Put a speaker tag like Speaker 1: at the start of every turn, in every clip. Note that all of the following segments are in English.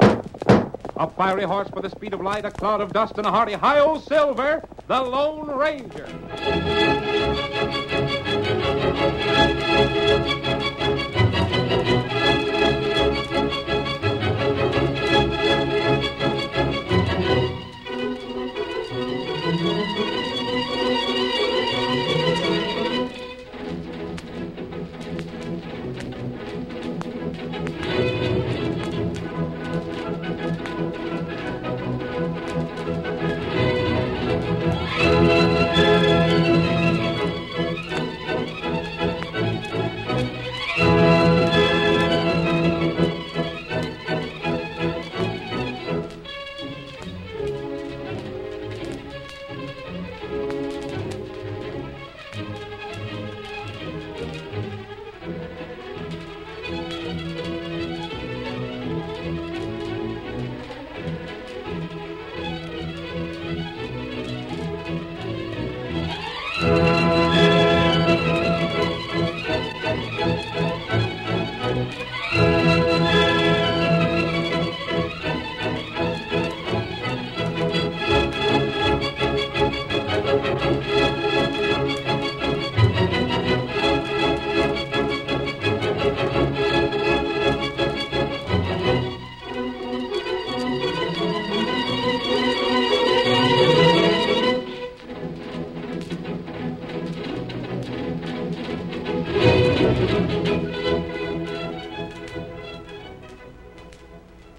Speaker 1: A fiery horse with the speed of light, a cloud of dust, and a hearty high old silver, the Lone Ranger.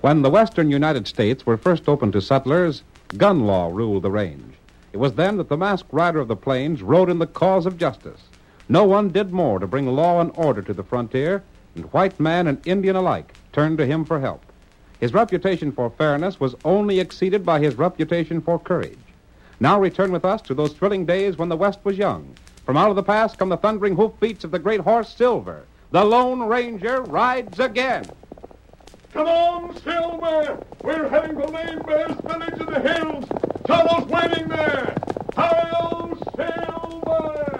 Speaker 1: When the western United States were first opened to settlers, gun law ruled the range. It was then that the masked rider of the plains rode in the cause of justice. No one did more to bring law and order to the frontier, and white man and Indian alike turned to him for help. His reputation for fairness was only exceeded by his reputation for courage. Now return with us to those thrilling days when the West was young. From out of the past come the thundering hoofbeats of the great horse Silver. The Lone Ranger rides again.
Speaker 2: Come on, Silver! We're heading for Lame Bear's village in the hills. Tonto's waiting there. Hi, old Silver!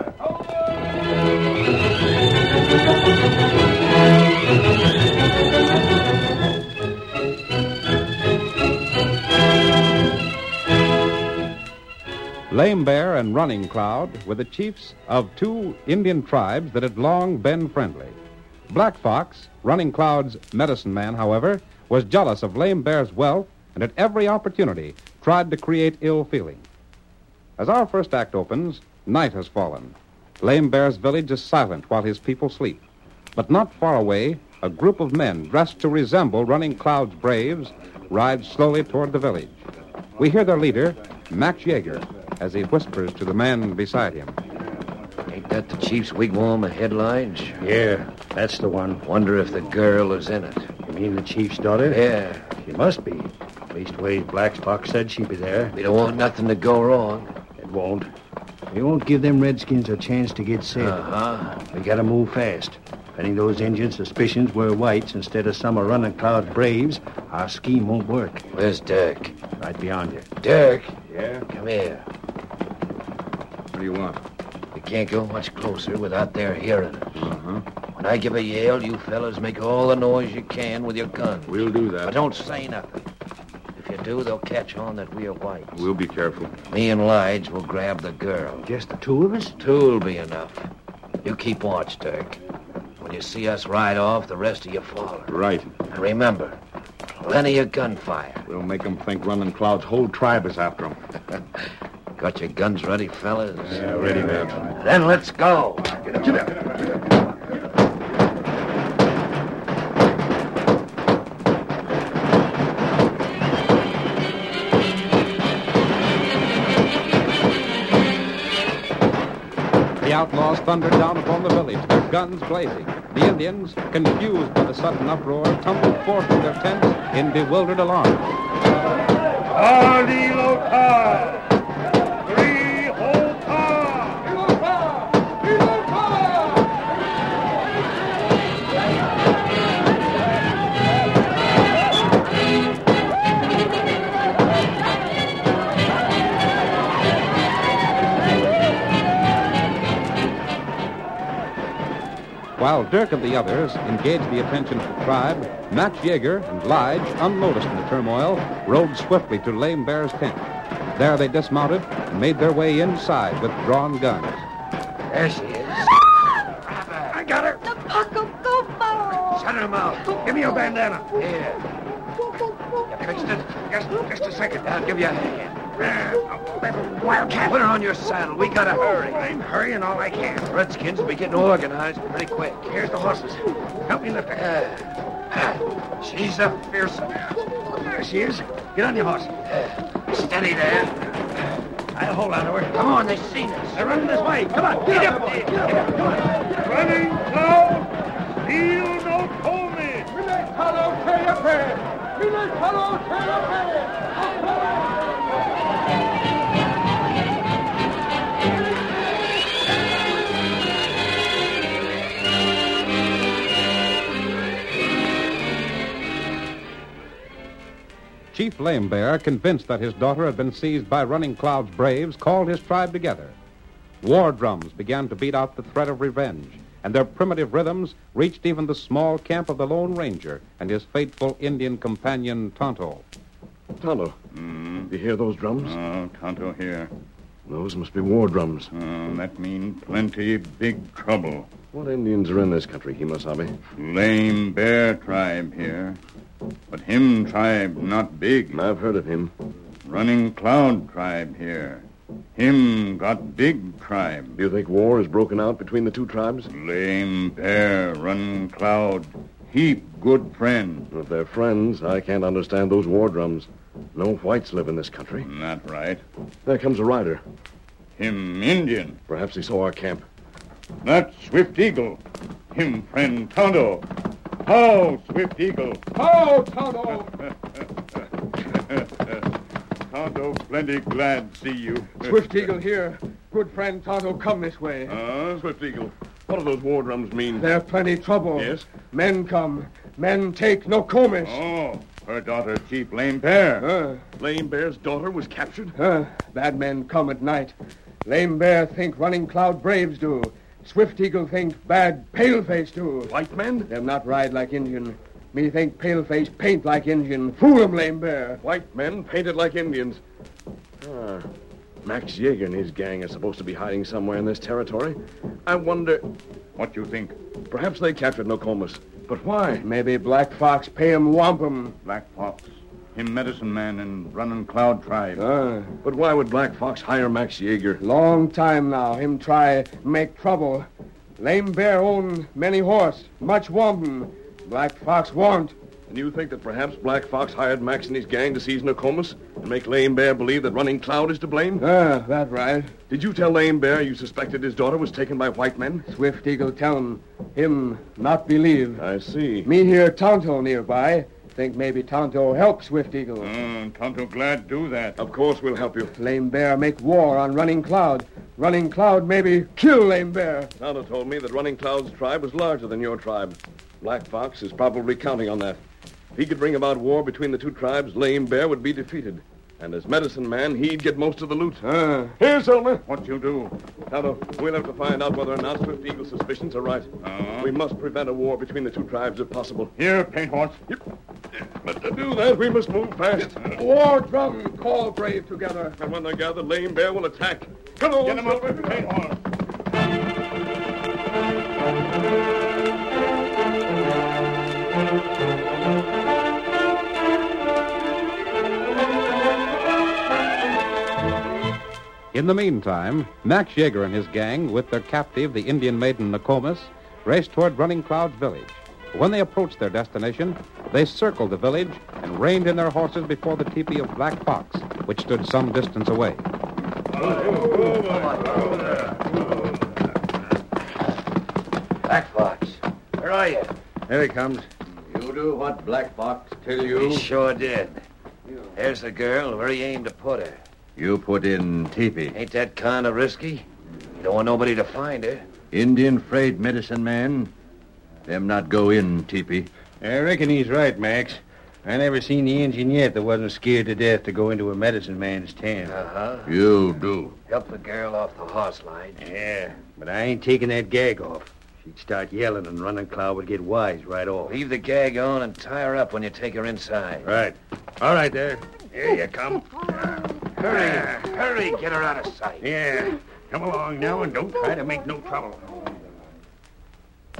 Speaker 1: Lame Bear and Running Cloud were the chiefs of two Indian tribes that had long been friendly. Black Fox, Running Cloud's medicine man, however, was jealous of Lame Bear's wealth and at every opportunity tried to create ill feeling. As our first act opens, night has fallen. Lame Bear's village is silent while his people sleep. But not far away, a group of men dressed to resemble Running Cloud's braves ride slowly toward the village. We hear their leader, Max Yeager, as he whispers to the man beside him.
Speaker 3: Ain't that the chief's wigwam of headlines?
Speaker 4: Yeah, that's the one.
Speaker 3: Wonder if the girl is in it.
Speaker 4: You mean the chief's daughter?
Speaker 3: Yeah,
Speaker 4: She must be. Leastways, Black Fox said she'd be there.
Speaker 3: we don't want nothing to go wrong.
Speaker 4: It won't. We won't give them redskins a chance to get set.
Speaker 3: Uh-huh.
Speaker 4: We gotta move fast. Pending those Indian suspicions we're whites instead of some of running cloud braves, our scheme won't work.
Speaker 3: Where's Dirk?
Speaker 4: Right beyond you.
Speaker 3: Dirk,
Speaker 2: Yeah?
Speaker 3: come here.
Speaker 2: What do you want?
Speaker 3: We can't go much closer without their hearing us.
Speaker 4: Mm-hmm.
Speaker 3: When I give a yell, you fellas make all the noise you can with your guns.
Speaker 2: We'll do that.
Speaker 3: But don't say nothing. If you do, they'll catch on that we're whites.
Speaker 2: We'll be careful.
Speaker 3: Me and Lige will grab the girl.
Speaker 4: Just the two of us?
Speaker 3: Two'll be enough. You keep watch, Dirk. When you see us ride off, the rest of you follow.
Speaker 2: Right.
Speaker 3: And remember, plenty of gunfire.
Speaker 2: We'll make 'em think Running Cloud's whole tribe is after 'em.
Speaker 3: Got your guns ready, fellas?
Speaker 2: ready, man.
Speaker 3: Then let's go.
Speaker 1: The outlaws thundered down upon the village, their guns blazing. The Indians, confused by the sudden uproar, tumbled forth from their tents in bewildered alarm. while Dirk and the others engaged the attention of the tribe, Max Yeager and Lige, unnoticed in the turmoil, rode swiftly to Lame Bear's tent. There they dismounted and made their way inside with drawn guns.
Speaker 3: There she is.
Speaker 5: I got her.
Speaker 6: The Paco Coco.
Speaker 5: Shut her mouth. Give me your bandana.
Speaker 3: Here. You fixed it?
Speaker 5: Just, just a second.
Speaker 3: I'll give you a hand.
Speaker 5: There. Oh, little wildcat.
Speaker 3: Put her on your saddle. We gotta hurry.
Speaker 5: I'm hurrying all I can.
Speaker 3: Redskins will be getting organized pretty quick.
Speaker 5: Here's the horses. Help me lift her.
Speaker 3: Uh, she's a fearsome.
Speaker 5: There she is. Get on your horse.
Speaker 3: Uh, Steady there.
Speaker 5: I'll hold on to her.
Speaker 3: Come on, they've seen us.
Speaker 5: They're running this way. Come on, get up. Get up. Get up. Come on.
Speaker 7: Running cloud, steal no pony.
Speaker 1: Chief Lame Bear, convinced that his daughter had been seized by Running Cloud's braves, called his tribe together. War drums began to beat out the threat of revenge, and their primitive rhythms reached even the small camp of the Lone Ranger and his faithful Indian companion, Tonto.
Speaker 4: Tonto, you hear those drums?
Speaker 8: Oh, Hmm? Tonto here.
Speaker 4: Those must be war drums.
Speaker 8: Oh, that mean plenty big trouble.
Speaker 4: What Indians are in this country, Himasabi?
Speaker 8: Lame bear tribe here. But him tribe not big.
Speaker 4: I've heard of him.
Speaker 8: Running cloud tribe here. Him got big tribe.
Speaker 4: Do you think war has broken out between the two tribes?
Speaker 8: Lame bear, run cloud, heap good friend.
Speaker 4: If they're friends, I can't understand those war drums. No whites live in this country.
Speaker 8: Not right.
Speaker 4: There comes a rider.
Speaker 8: Him Indian.
Speaker 4: Perhaps he saw our camp.
Speaker 8: That swift eagle. Him friend Tonto. How swift eagle.
Speaker 7: How, Tonto?
Speaker 8: Tonto plenty glad see you.
Speaker 7: Swift Eagle here. Good friend Tonto, come this way.
Speaker 8: Oh, swift eagle.
Speaker 4: What do those war drums mean?
Speaker 7: There plenty trouble.
Speaker 4: Yes?
Speaker 7: Men come. Men take no comish.
Speaker 8: Oh, her daughter Chief Lame Bear.
Speaker 7: Uh,
Speaker 4: Lame Bear's daughter was captured?
Speaker 7: uh, bad men come at night. Lame Bear think Running Cloud Braves do. Swift Eagle think bad Paleface do.
Speaker 4: White men?
Speaker 7: Them not ride like Indian. Me think Paleface paint like Indian. Fool 'em, Lame Bear.
Speaker 4: White men painted like Indians. Ah, Max Yeager and his gang are supposed to be hiding somewhere in this territory. I wonder,
Speaker 8: What you think?
Speaker 4: perhaps they captured Nokomis. But why?
Speaker 7: Maybe Black Fox pay 'em wampum.
Speaker 8: Black Fox. Him medicine man and running cloud tribe.
Speaker 7: Uh,
Speaker 4: But why would Black Fox hire Max Yeager?
Speaker 7: long time now him try make trouble. Lame Bear own many horse, much wampum. Black Fox want.
Speaker 4: And you think that perhaps Black Fox hired Max and his gang to seize Nokomis and make Lame Bear believe that Running Cloud is to blame?
Speaker 7: Uh, that right.
Speaker 4: Did you tell Lame Bear you suspected his daughter was taken by white men?
Speaker 7: Swift Eagle tell 'em. Him not believe.
Speaker 4: I see.
Speaker 7: Me hear Tonto nearby. Think maybe Tonto help Swift Eagle.
Speaker 8: Oh, Tonto glad do that.
Speaker 4: Of course we'll help you.
Speaker 7: Lame Bear make war on Running Cloud. Running Cloud maybe kill Lame Bear.
Speaker 4: Tonto told me that Running Cloud's tribe was larger than your tribe. Black Fox is probably counting on that. If he could bring about war between the two tribes, Lame Bear would be defeated. And as medicine man, he'd get most of the loot.
Speaker 7: Uh,
Speaker 4: Here, Selma.
Speaker 8: What you do?
Speaker 4: Tonto, we'll have to find out whether or not Swift Eagle's suspicions are right.
Speaker 8: Uh-huh.
Speaker 4: We must prevent a war between the two tribes if possible.
Speaker 8: Here, paint horse.
Speaker 4: But to do that, we must move fast.
Speaker 7: war drum call brave together.
Speaker 4: And when they're gathered, Lame Bear will attack. Come on,
Speaker 8: Get him up,
Speaker 4: Silver.
Speaker 8: paint horse.
Speaker 1: In the meantime, Max Yeager and his gang, with their captive, the Indian maiden Nokomis, raced toward Running Cloud's village. When they approached their destination, they circled the village and reined in their horses before the teepee of Black Fox, which stood some distance away.
Speaker 3: Black Fox. Where are you?
Speaker 9: Here he comes.
Speaker 3: You do what
Speaker 9: Black Fox tell
Speaker 3: He sure did. There's the girl. Where he aimed to put her.
Speaker 9: You put in teepee.
Speaker 3: Ain't that kind of risky? You don't want nobody to find her.
Speaker 9: Indian freight medicine man. Them not go in teepee. I reckon he's right, Max. I never seen the Indian yet that wasn't scared to death to go into a medicine man's tent.
Speaker 3: Uh huh.
Speaker 9: You do.
Speaker 3: Help the girl off the horse line.
Speaker 9: Yeah, but I ain't taking that gag off. She
Speaker 4: He'd start yelling, and Running Cloud would get wise right off.
Speaker 3: Leave the gag on and tie her up when you take her inside.
Speaker 4: Right. All right, there.
Speaker 3: Here you come.
Speaker 10: Hurry, hurry, get her out of sight.
Speaker 6: Yeah. Come along now Oh, and don't try to make no trouble.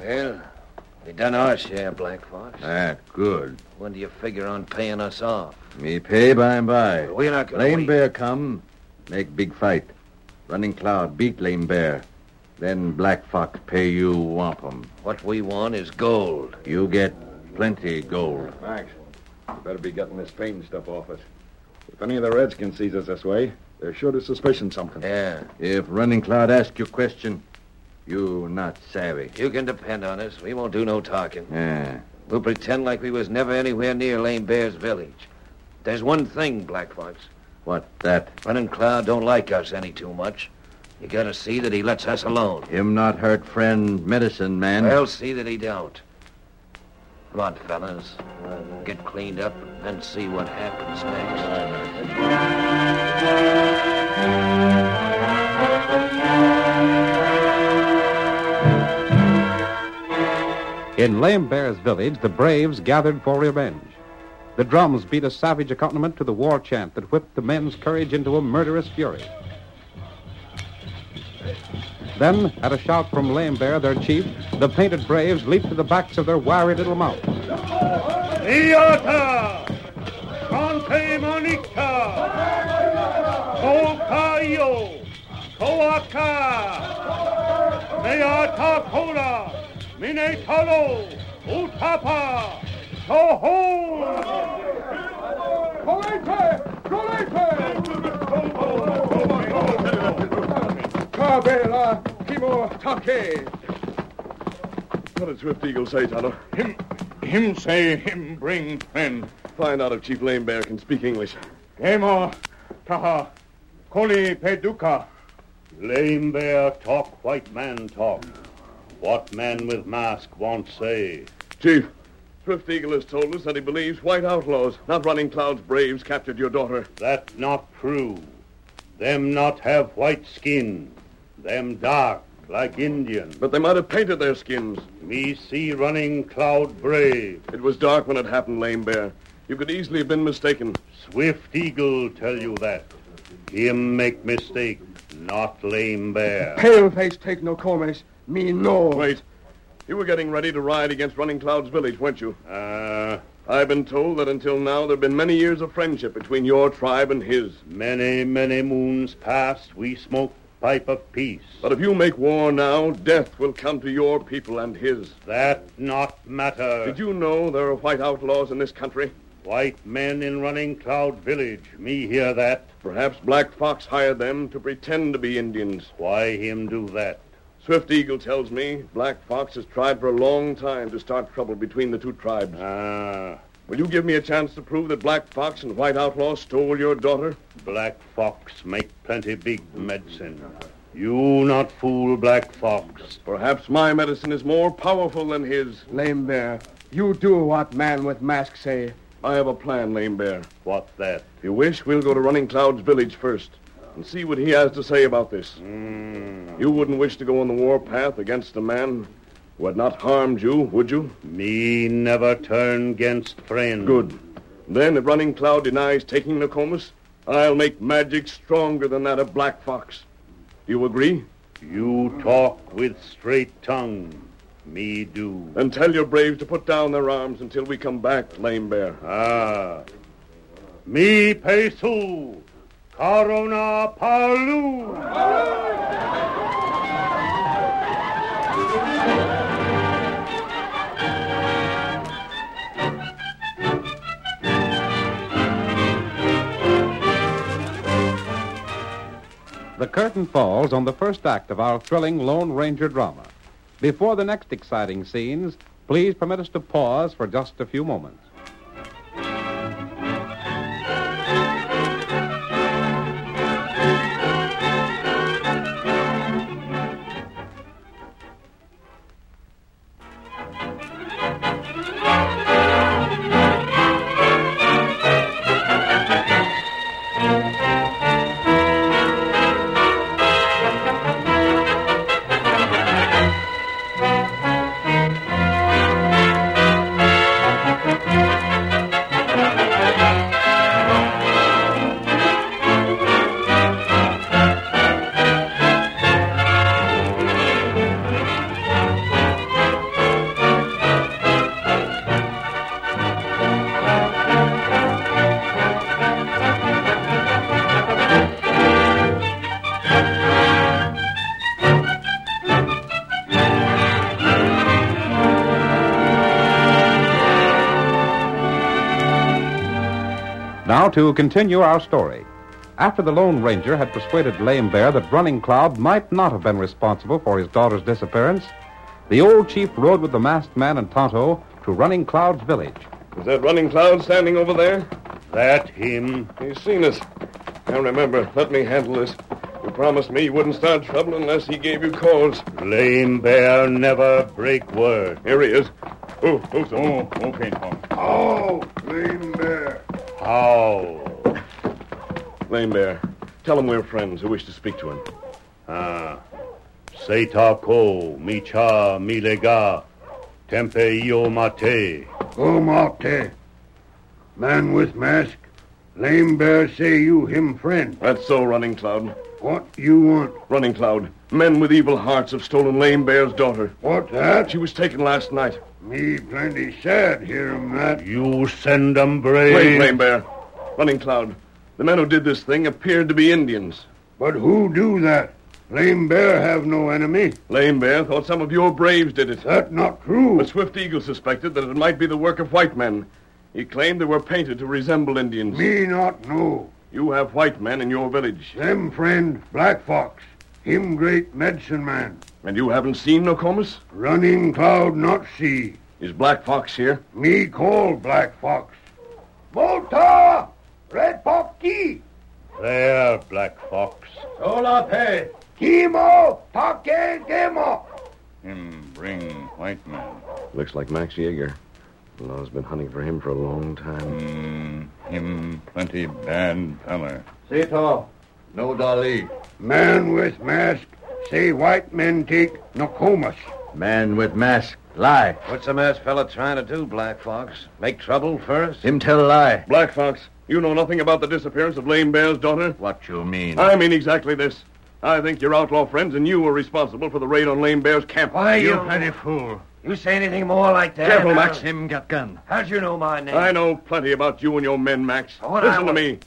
Speaker 3: Well, we done our share, Black Fox.
Speaker 4: Ah, good.
Speaker 3: When do you figure on paying us off?
Speaker 4: Me pay by and by.
Speaker 3: We're not going to.
Speaker 4: Lame Bear come, make big fight. Running Cloud beat Lame Bear. Then Black Fox pay you wampum.
Speaker 3: What we want is gold.
Speaker 4: You get plenty gold.
Speaker 8: Max, you better be getting this fame stuff off us. If any of the Redskins sees us this way, they're sure to suspicion something.
Speaker 3: Yeah.
Speaker 4: If Running Cloud ask you question, you not savvy.
Speaker 3: You can depend on us. We won't do no talking.
Speaker 4: Yeah.
Speaker 3: We'll pretend like we was never anywhere near Lame Bear's village. There's one thing, Black Fox.
Speaker 4: What that?
Speaker 3: Running Cloud don't like us any too much. You gotta see that he lets us alone.
Speaker 4: Him not hurt friend medicine man.
Speaker 3: Well, see that he don't. Come on, fellas. Get cleaned up and see what happens next.
Speaker 1: In Lame Bear's village, the braves gathered for revenge. The drums beat a savage accompaniment to the war chant that whipped the men's courage into a murderous fury. Then, at a shout from Lame Bear, their chief, the painted braves leaped to the backs of their wiry little mounts.
Speaker 6: Iota! Conte Monica! Kokayo! Koaka! Meatakona! Minetolo! Utapa! Toho!
Speaker 2: Cabela, Kimo, Take.
Speaker 8: What did Swift Eagle say, Tonto?
Speaker 6: Him, him say, him bring friend.
Speaker 8: Find out if Chief Lame Bear can speak English.
Speaker 6: Demo, Taha, Koli Peduka. Lame bear talk, white man talk. What man with mask won't say.
Speaker 8: Chief, Swift Eagle has told us that he believes white outlaws, not Running Cloud's braves, captured your daughter.
Speaker 6: That not true. Them not have white skin. Them dark like Indian.
Speaker 8: But they might have painted their skins.
Speaker 6: Me see running cloud brave.
Speaker 8: It was dark when it happened, Lame Bear. You could easily have been mistaken.
Speaker 6: Swift eagle tell you that. Him make mistake, not lame bear.
Speaker 2: Paleface take no comments. Me no.
Speaker 8: Wait. You were getting ready to ride against Running Cloud's village, weren't you?
Speaker 6: Uh,
Speaker 8: I've been told that until now there have been many years of friendship between your tribe and his.
Speaker 6: many, many moons past we smoke pipe of peace.
Speaker 8: But if you make war now, death will come to your people and his.
Speaker 6: That not matter.
Speaker 8: Did you know there are white outlaws in this country?
Speaker 6: White men in running cloud village. Me hear that.
Speaker 8: Perhaps Black Fox hired them to pretend to be Indians.
Speaker 6: Why him do that?
Speaker 8: Swift Eagle tells me Black Fox has tried for a long time to start trouble between the two tribes.
Speaker 6: Ah,
Speaker 8: Will you give me a chance to prove that Black Fox and White Outlaw stole your daughter?
Speaker 6: Black Fox make plenty big medicine. You not fool Black Fox.
Speaker 8: Perhaps my medicine is more powerful than his.
Speaker 2: Lame Bear, you do what man with mask say.
Speaker 8: I have a plan, Lame Bear.
Speaker 6: What that?
Speaker 8: If you wish, we'll go to Running Cloud's village first and see what he has to say about this.
Speaker 6: Hmm.
Speaker 8: You wouldn't wish to go on the war path against a man who had not harmed you, would you?
Speaker 6: Me never turn against friend.
Speaker 8: Good. Then, if Running Cloud denies taking Nokomis, I'll make magic stronger than that of Black Fox. You agree?
Speaker 6: You talk with straight tongue. Me do.
Speaker 8: Then tell your braves to put down their arms until we come back, Lame Bear.
Speaker 6: Ah. Me pesu. Corona palu.
Speaker 1: The curtain falls on the first act of our thrilling Lone Ranger drama. Before the next exciting scenes, please permit us to pause for just a few moments. to continue our story. After the Lone Ranger had persuaded Lame Bear that Running Cloud might not have been responsible for his daughter's disappearance, the old chief rode with the masked man and Tonto to Running Cloud's village.
Speaker 8: Is that Running Cloud standing over there?
Speaker 6: That him.
Speaker 8: He's seen us. Now remember, let me handle this. You promised me you wouldn't start trouble unless he gave you cause.
Speaker 6: Lame Bear never break word.
Speaker 8: Here he is. Oh, who's that?
Speaker 6: okay, Tom.
Speaker 2: Oh, lame bear.
Speaker 6: How?
Speaker 8: Lame Bear. Tell him we're friends who wish to speak to him.
Speaker 6: Ah. Say ko, mi cha, mi lega, tempe io mate.
Speaker 2: Oh, Marte. Man with mask. Lame bear say you him friend.
Speaker 8: That's so, Running Cloud.
Speaker 2: What you want?
Speaker 8: Running Cloud. Men with evil hearts have stolen Lame Bear's daughter.
Speaker 2: What that?
Speaker 8: She was taken last night.
Speaker 2: Me plenty sad hear him that.
Speaker 6: You send 'em brave.
Speaker 8: Wait, Lame Bear. Running Cloud. The men who did this thing appeared to be Indians.
Speaker 2: But who do that? Lame bear have no enemy.
Speaker 8: Lame Bear thought some of your braves did it.
Speaker 2: That not true.
Speaker 8: But Swift Eagle suspected that it might be the work of white men. He claimed they were painted to resemble Indians.
Speaker 2: Me not know.
Speaker 8: You have white men in your village,
Speaker 2: Them friend, Black Fox. Him great medicine man.
Speaker 8: and you haven't seen Nokomis?
Speaker 2: Running cloud not see.
Speaker 8: Is Black Fox here?
Speaker 2: Me call Black Fox. Volta! Red Fox key!
Speaker 6: There, Black Fox.
Speaker 2: Sola pay! Kimo! Pake demo!
Speaker 6: Him bring white man.
Speaker 8: Looks like Max Yeager. Law's been hunting for him for a long time.
Speaker 3: Hmm,
Speaker 6: him plenty bad feller.
Speaker 4: Sito, no Dali.
Speaker 2: Man with mask, say white men take Nokomis.
Speaker 4: Man with mask, lie.
Speaker 3: What's the masked fella trying to do, Black Fox? Make trouble first?
Speaker 4: Him tell lie.
Speaker 8: Black Fox, you know nothing about the disappearance of Lame Bear's daughter?
Speaker 4: What you mean?
Speaker 8: I mean exactly this. I think your outlaw friends and you were responsible for the raid on Lame Bear's camp.
Speaker 3: Why, you...
Speaker 4: plenty fool.
Speaker 3: You say anything more like that?
Speaker 8: Careful,
Speaker 3: Now,
Speaker 8: Max.
Speaker 4: Him got gun.
Speaker 3: How'd you know my name?
Speaker 8: I know plenty about you and your men, Max.
Speaker 3: What I
Speaker 8: Listen to
Speaker 3: want-
Speaker 8: me.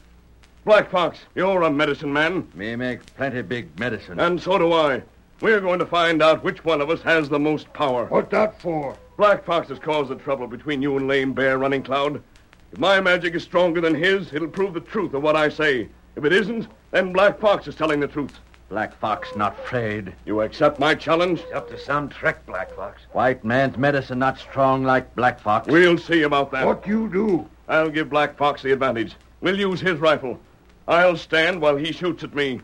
Speaker 8: Black Fox, you're a medicine man,
Speaker 4: Me make plenty big medicine.
Speaker 8: and so do I. We're going to find out which one of us has the most power.
Speaker 2: What that for?
Speaker 8: Black Fox has caused the trouble between you and Lame Bear Running Cloud. If my magic is stronger than his, it'll prove the truth of what I say. If it isn't, then Black Fox is telling the truth.
Speaker 4: Black Fox not afraid.
Speaker 8: You accept my challenge?
Speaker 3: Up to some trick, Black Fox.
Speaker 4: White man's medicine not strong like Black Fox.
Speaker 8: We'll see about that.
Speaker 2: What you do?
Speaker 8: I'll give Black Fox the advantage. We'll use his rifle. I'll stand while he shoots at me.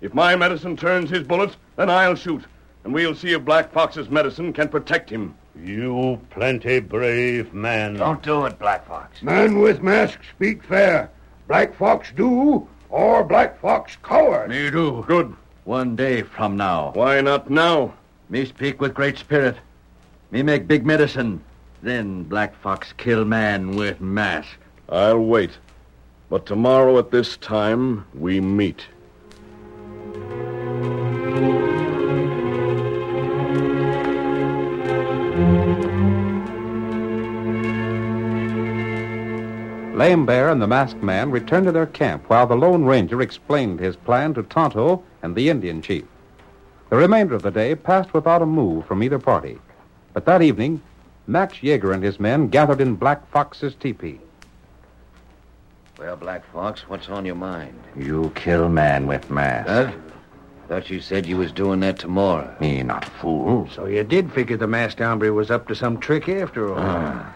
Speaker 8: If my medicine turns his bullets, then I'll shoot. And we'll see if Black Fox's medicine can protect him.
Speaker 6: You plenty brave man.
Speaker 3: Don't do it, Black Fox.
Speaker 2: Man with mask speak fair. Black Fox do, or Black Fox coward.
Speaker 4: Me do.
Speaker 8: Good.
Speaker 4: One day from now.
Speaker 8: Why not now?
Speaker 4: Me speak with great spirit. Me make big medicine. Then Black Fox kill man with mask.
Speaker 8: I'll wait. But tomorrow at this time, we meet.
Speaker 1: Lame Bear and the masked man returned to their camp while the Lone Ranger explained his plan to Tonto and the Indian chief. The remainder of the day passed without a move from either party. But that evening, Max Yeager and his men gathered in Black Fox's teepee.
Speaker 3: Well, Black Fox, what's on your mind?
Speaker 4: You kill man with mask.
Speaker 3: Huh? Thought you said you was doing that tomorrow.
Speaker 4: Me not fool.
Speaker 3: So you did figure the masked hombre was up to some trick after all.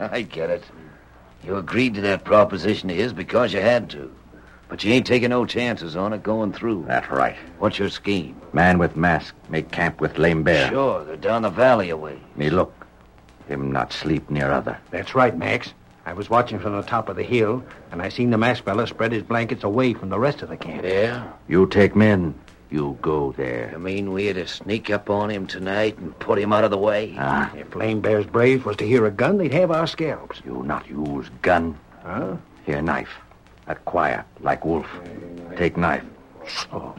Speaker 3: I get it. You agreed to that proposition of his because you had to. But you ain't taking no chances on it going through.
Speaker 4: That right.
Speaker 3: What's your scheme?
Speaker 4: Man with mask make camp with lame bear.
Speaker 3: Sure, they're down the valley away.
Speaker 4: Me look. Him not sleep near other.
Speaker 11: That's right, Max. I was watching from the top of the hill, and I seen the masked fella spread his blankets away from the rest of the camp.
Speaker 3: Yeah?
Speaker 4: You take men. You go there.
Speaker 3: You mean we're to sneak up on him tonight and put him out of the way?
Speaker 4: Ah,
Speaker 11: If Lame Bear's brave was to hear a gun, they'd have our scalps.
Speaker 4: you not use gun.
Speaker 11: Huh?
Speaker 4: Here knife. That quiet like wolf. Take knife. Oh,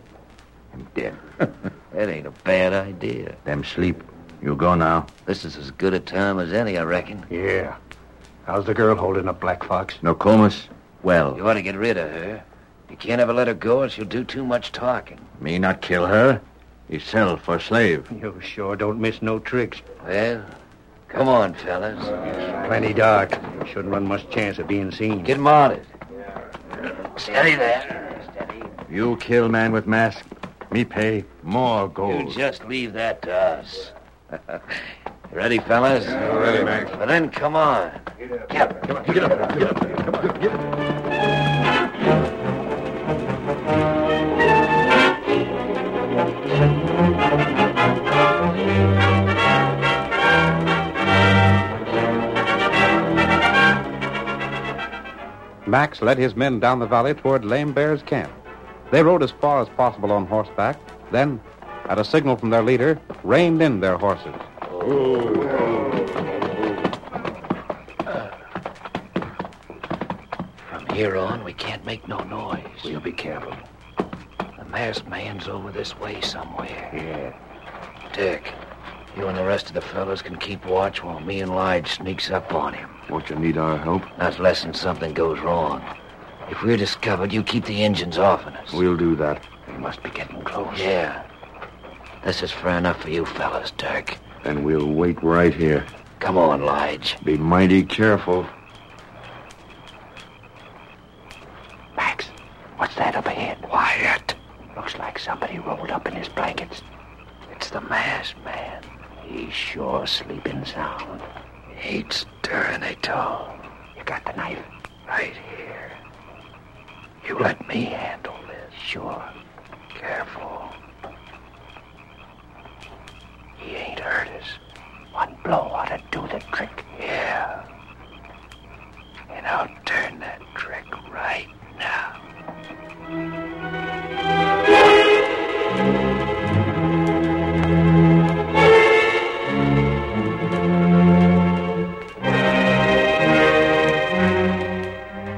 Speaker 4: him dead.
Speaker 3: That ain't a bad idea.
Speaker 4: Them sleep. You go now.
Speaker 3: This is as good a time as any, I reckon.
Speaker 11: Yeah. How's the girl holding up, Black Fox?
Speaker 4: No comas. Well,
Speaker 3: You ought to get rid of her. You can't ever let her go or she'll do too much talking.
Speaker 4: me not kill her. He sell for slave.
Speaker 11: You sure don't miss no tricks.
Speaker 3: Well, come on, fellas.
Speaker 11: Plenty dark. Shouldn't run much chance of being seen.
Speaker 3: Get mounted.
Speaker 4: Steady there.
Speaker 3: You kill man with mask, me pay more
Speaker 4: You
Speaker 3: gold.
Speaker 4: just leave that to us. Ready, fellas?
Speaker 3: ready, Max.
Speaker 4: Well, then come on. Get up. Come on. Get up. Get up.
Speaker 1: Max led his men down the valley toward Lame Bear's camp. They rode as far as possible on horseback, then, at a signal from their leader, reined in their horses.
Speaker 4: From here on, we can't make no noise. We'll be careful. The masked man's over this way somewhere. Yeah. Dick, you and the rest of the fellas can keep watch while me and Lige sneaks up on him.
Speaker 12: Won't you need our help?
Speaker 4: Not less than something goes wrong. If we're discovered, you keep the engines off of us.
Speaker 12: We'll do that.
Speaker 4: We must be getting close. Yeah. This is fair enough for you fellas, Dirk.
Speaker 12: And we'll wait right here.
Speaker 4: Come on, Lige.
Speaker 12: Be mighty careful.
Speaker 4: What's that up ahead? Wyatt. Looks like somebody rolled up in his blankets. It's the masked man. He's sure sleeping sound. Ain't stirring at all. You got the knife? Right here. You let me handle this. Sure. Careful. He ain't hurt us. One blow ought to do the trick. Yeah. And I'll turn that trick right now.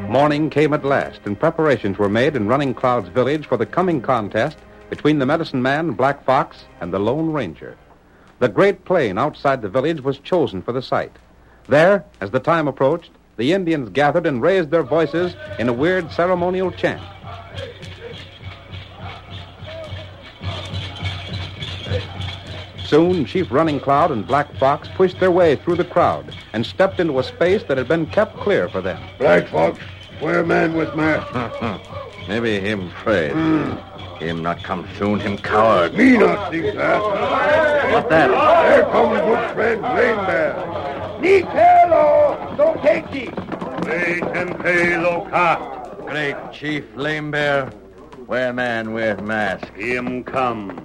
Speaker 1: Morning came at last, and preparations were made in Running Cloud's village for the coming contest between the medicine man, Black Fox, and the Lone Ranger. The great plain outside the village was chosen for the site. There, as the time approached, the Indians gathered and raised their voices in a weird ceremonial chant. Soon, Chief Running Cloud and Black Fox pushed their way through the crowd and stepped into a space that had been kept clear for them.
Speaker 3: Black Fox, where man with mask? Maybe him afraid. Him not come soon, him coward.
Speaker 13: Me not think that. What
Speaker 3: that?
Speaker 13: There comes good friend Rain Bear. Ni pelo, don't take thee.
Speaker 3: Wait and pay loca. Great Chief Lame Bear, where man with mask? Him come.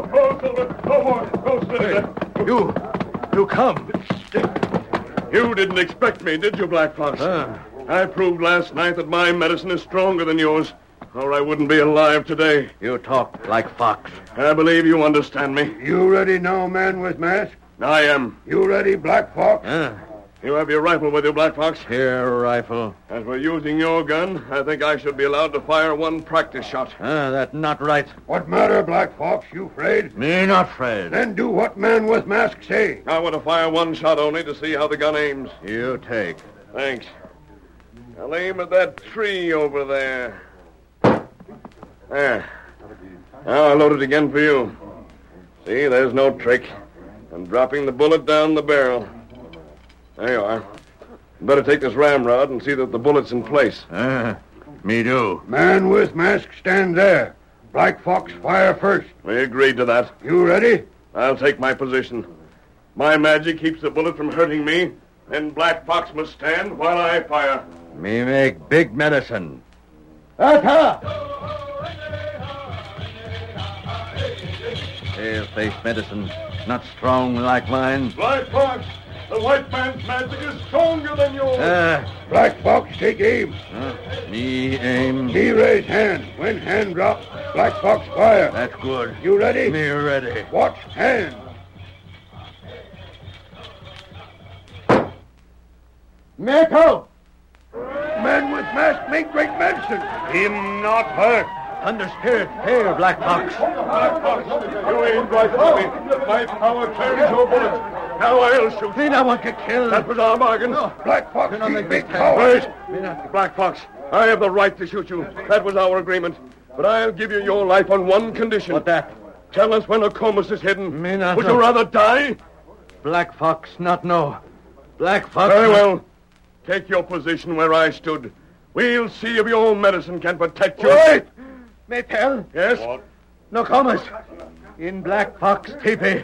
Speaker 14: Go, go, Silver. Go, boy. Go, Silver.
Speaker 3: You, you come.
Speaker 8: You didn't expect me, did you, Black Fox?
Speaker 13: Ah.
Speaker 8: I proved last night that my medicine is stronger than yours, or I wouldn't be alive today.
Speaker 3: You talk like Fox.
Speaker 8: I believe you understand me.
Speaker 13: You ready now, man with mask?
Speaker 8: I am. Ah.
Speaker 13: You ready, Black Fox?
Speaker 8: You have your rifle with you, Black Fox.
Speaker 3: Here, rifle.
Speaker 8: As we're using your gun, I think I should be allowed to fire one practice shot.
Speaker 3: Ah, that not right.
Speaker 13: What matter, Black Fox? You afraid?
Speaker 3: Me not afraid.
Speaker 13: Then do what man with mask say.
Speaker 8: I want to fire one shot only to see how the gun aims.
Speaker 3: You take.
Speaker 8: Thanks. I'll aim at that tree over there. There. Now I load it again for you. See, there's no trick. I'm dropping the bullet down the barrel. There you are. Better take this ramrod and see that the bullet's in place.
Speaker 3: Ah, me do.
Speaker 13: Man with mask stand there. Black Fox fire first.
Speaker 8: We agreed to that.
Speaker 13: You ready?
Speaker 8: I'll take my position. My magic keeps the bullet from hurting me, and Black Fox must stand while I fire.
Speaker 3: Me make big medicine.
Speaker 13: Ah, Atta!
Speaker 3: Pale-face medicine, not strong like mine.
Speaker 14: Black Fox, the white man's magic is stronger than yours.
Speaker 3: Ah,
Speaker 13: Black Fox take aim.
Speaker 3: me aim.
Speaker 13: He raise hand. When hand drop, Black Fox fire.
Speaker 3: That's good.
Speaker 13: You ready?
Speaker 3: Ah. Me ready.
Speaker 13: Watch hand. Metal! Man with mask make great medicine.
Speaker 15: Him not hurt.
Speaker 3: Thunder spirit, hail, black fox.
Speaker 14: Black Fox, you aimed right at me. My power carries your bullet. Now I'll shoot.
Speaker 3: Me not want to kill.
Speaker 8: That was our bargain.
Speaker 13: Black Fox,
Speaker 3: not
Speaker 13: he
Speaker 3: make
Speaker 13: big
Speaker 3: this
Speaker 13: coward.
Speaker 3: Me not.
Speaker 8: Black Fox, I have the right to shoot you. That was our agreement. But I'll give you your life on one condition.
Speaker 3: What that?
Speaker 8: Tell us when Okomas is hidden.
Speaker 3: Me not
Speaker 8: Would
Speaker 3: know.
Speaker 8: you rather die?
Speaker 3: Black fox, not know. Black fox.
Speaker 8: Very
Speaker 3: not-
Speaker 8: well. Take your position where I stood. We'll see if your own medicine can protect you.
Speaker 10: Wait! Maytel?
Speaker 8: Yes?
Speaker 10: No commas. In Black Fox teepee.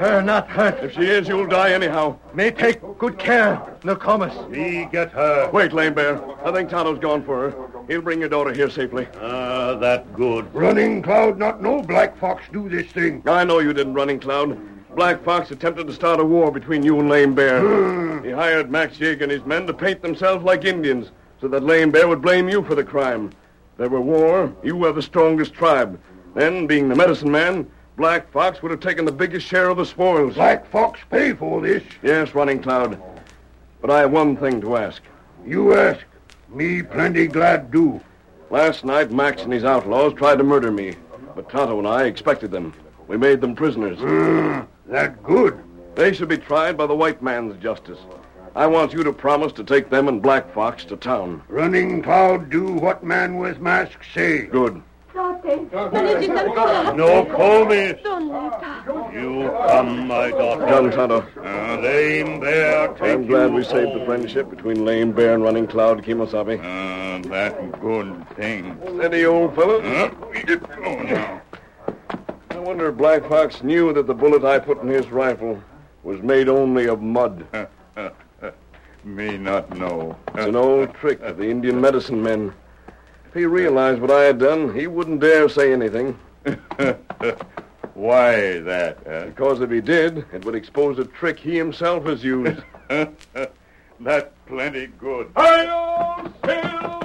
Speaker 10: Her not hurt.
Speaker 8: If she is, you'll die anyhow.
Speaker 10: May take good care. No commas.
Speaker 6: We get her.
Speaker 8: Wait, Lame Bear. I think Tonto's gone for her. He'll bring your daughter here safely.
Speaker 6: Ah, that good.
Speaker 10: Running Cloud not know Black Fox do this thing.
Speaker 8: I know you didn't, Running Cloud. Black Fox attempted to start a war between you and Lame Bear.
Speaker 10: Hmm.
Speaker 8: he hired Max Jake and his men to paint themselves like Indians so that Lame Bear would blame you for the crime. There were war. You were the strongest tribe. Then, being the medicine man, Black Fox would have taken the biggest share of the spoils.
Speaker 10: Black Fox pay for this.
Speaker 8: Yes, Running Cloud. But I have one thing to ask.
Speaker 10: You ask. Me plenty glad do.
Speaker 8: Last night, Max and his outlaws tried to murder me, but Tonto and I expected them. We made them prisoners.
Speaker 10: Mm, that good.
Speaker 8: They should be tried by the white man's justice. I want you to promise to take them and Black Fox to town.
Speaker 10: Running Cloud do what man with mask say.
Speaker 8: Good.
Speaker 6: No commas. You come, my daughter.
Speaker 8: John Tonto.
Speaker 3: Uh,
Speaker 6: Ah, lame bear, take
Speaker 8: I'm glad
Speaker 6: you
Speaker 8: we saved the
Speaker 6: home.
Speaker 8: friendship between Lame Bear and Running Cloud, Kimosabe.
Speaker 6: Ah, that good thing.
Speaker 8: Steady, old fellow.
Speaker 6: Huh? Oh, now.
Speaker 8: I wonder if Black Fox knew that the bullet I put in his rifle was made only of mud.
Speaker 6: Me not know. Uh,
Speaker 8: It's an old trick of the Indian medicine men. If he realized what I had done, he wouldn't dare say anything.
Speaker 6: Why that? Uh, huh?
Speaker 8: Because if he did, it would expose a trick he himself has used.
Speaker 6: That plenty good.
Speaker 2: Hail Silver!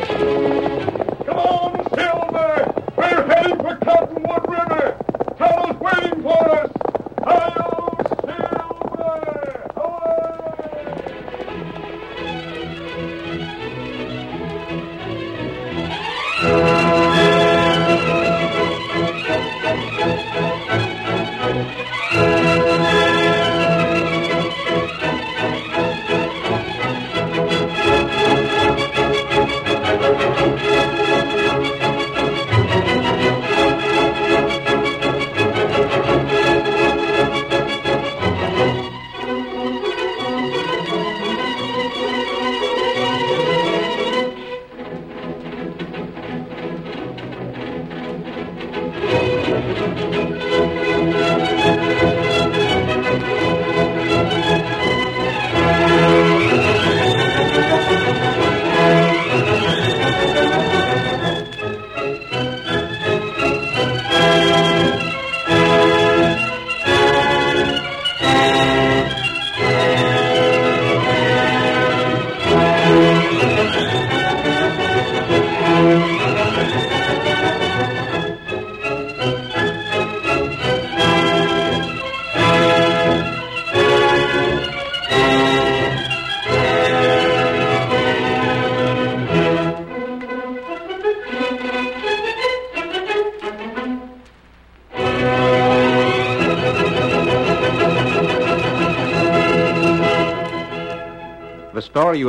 Speaker 2: Come on, Silver! We're heading for Cottonwood River! Tonto's waiting for us! Hail Silver!
Speaker 1: The story you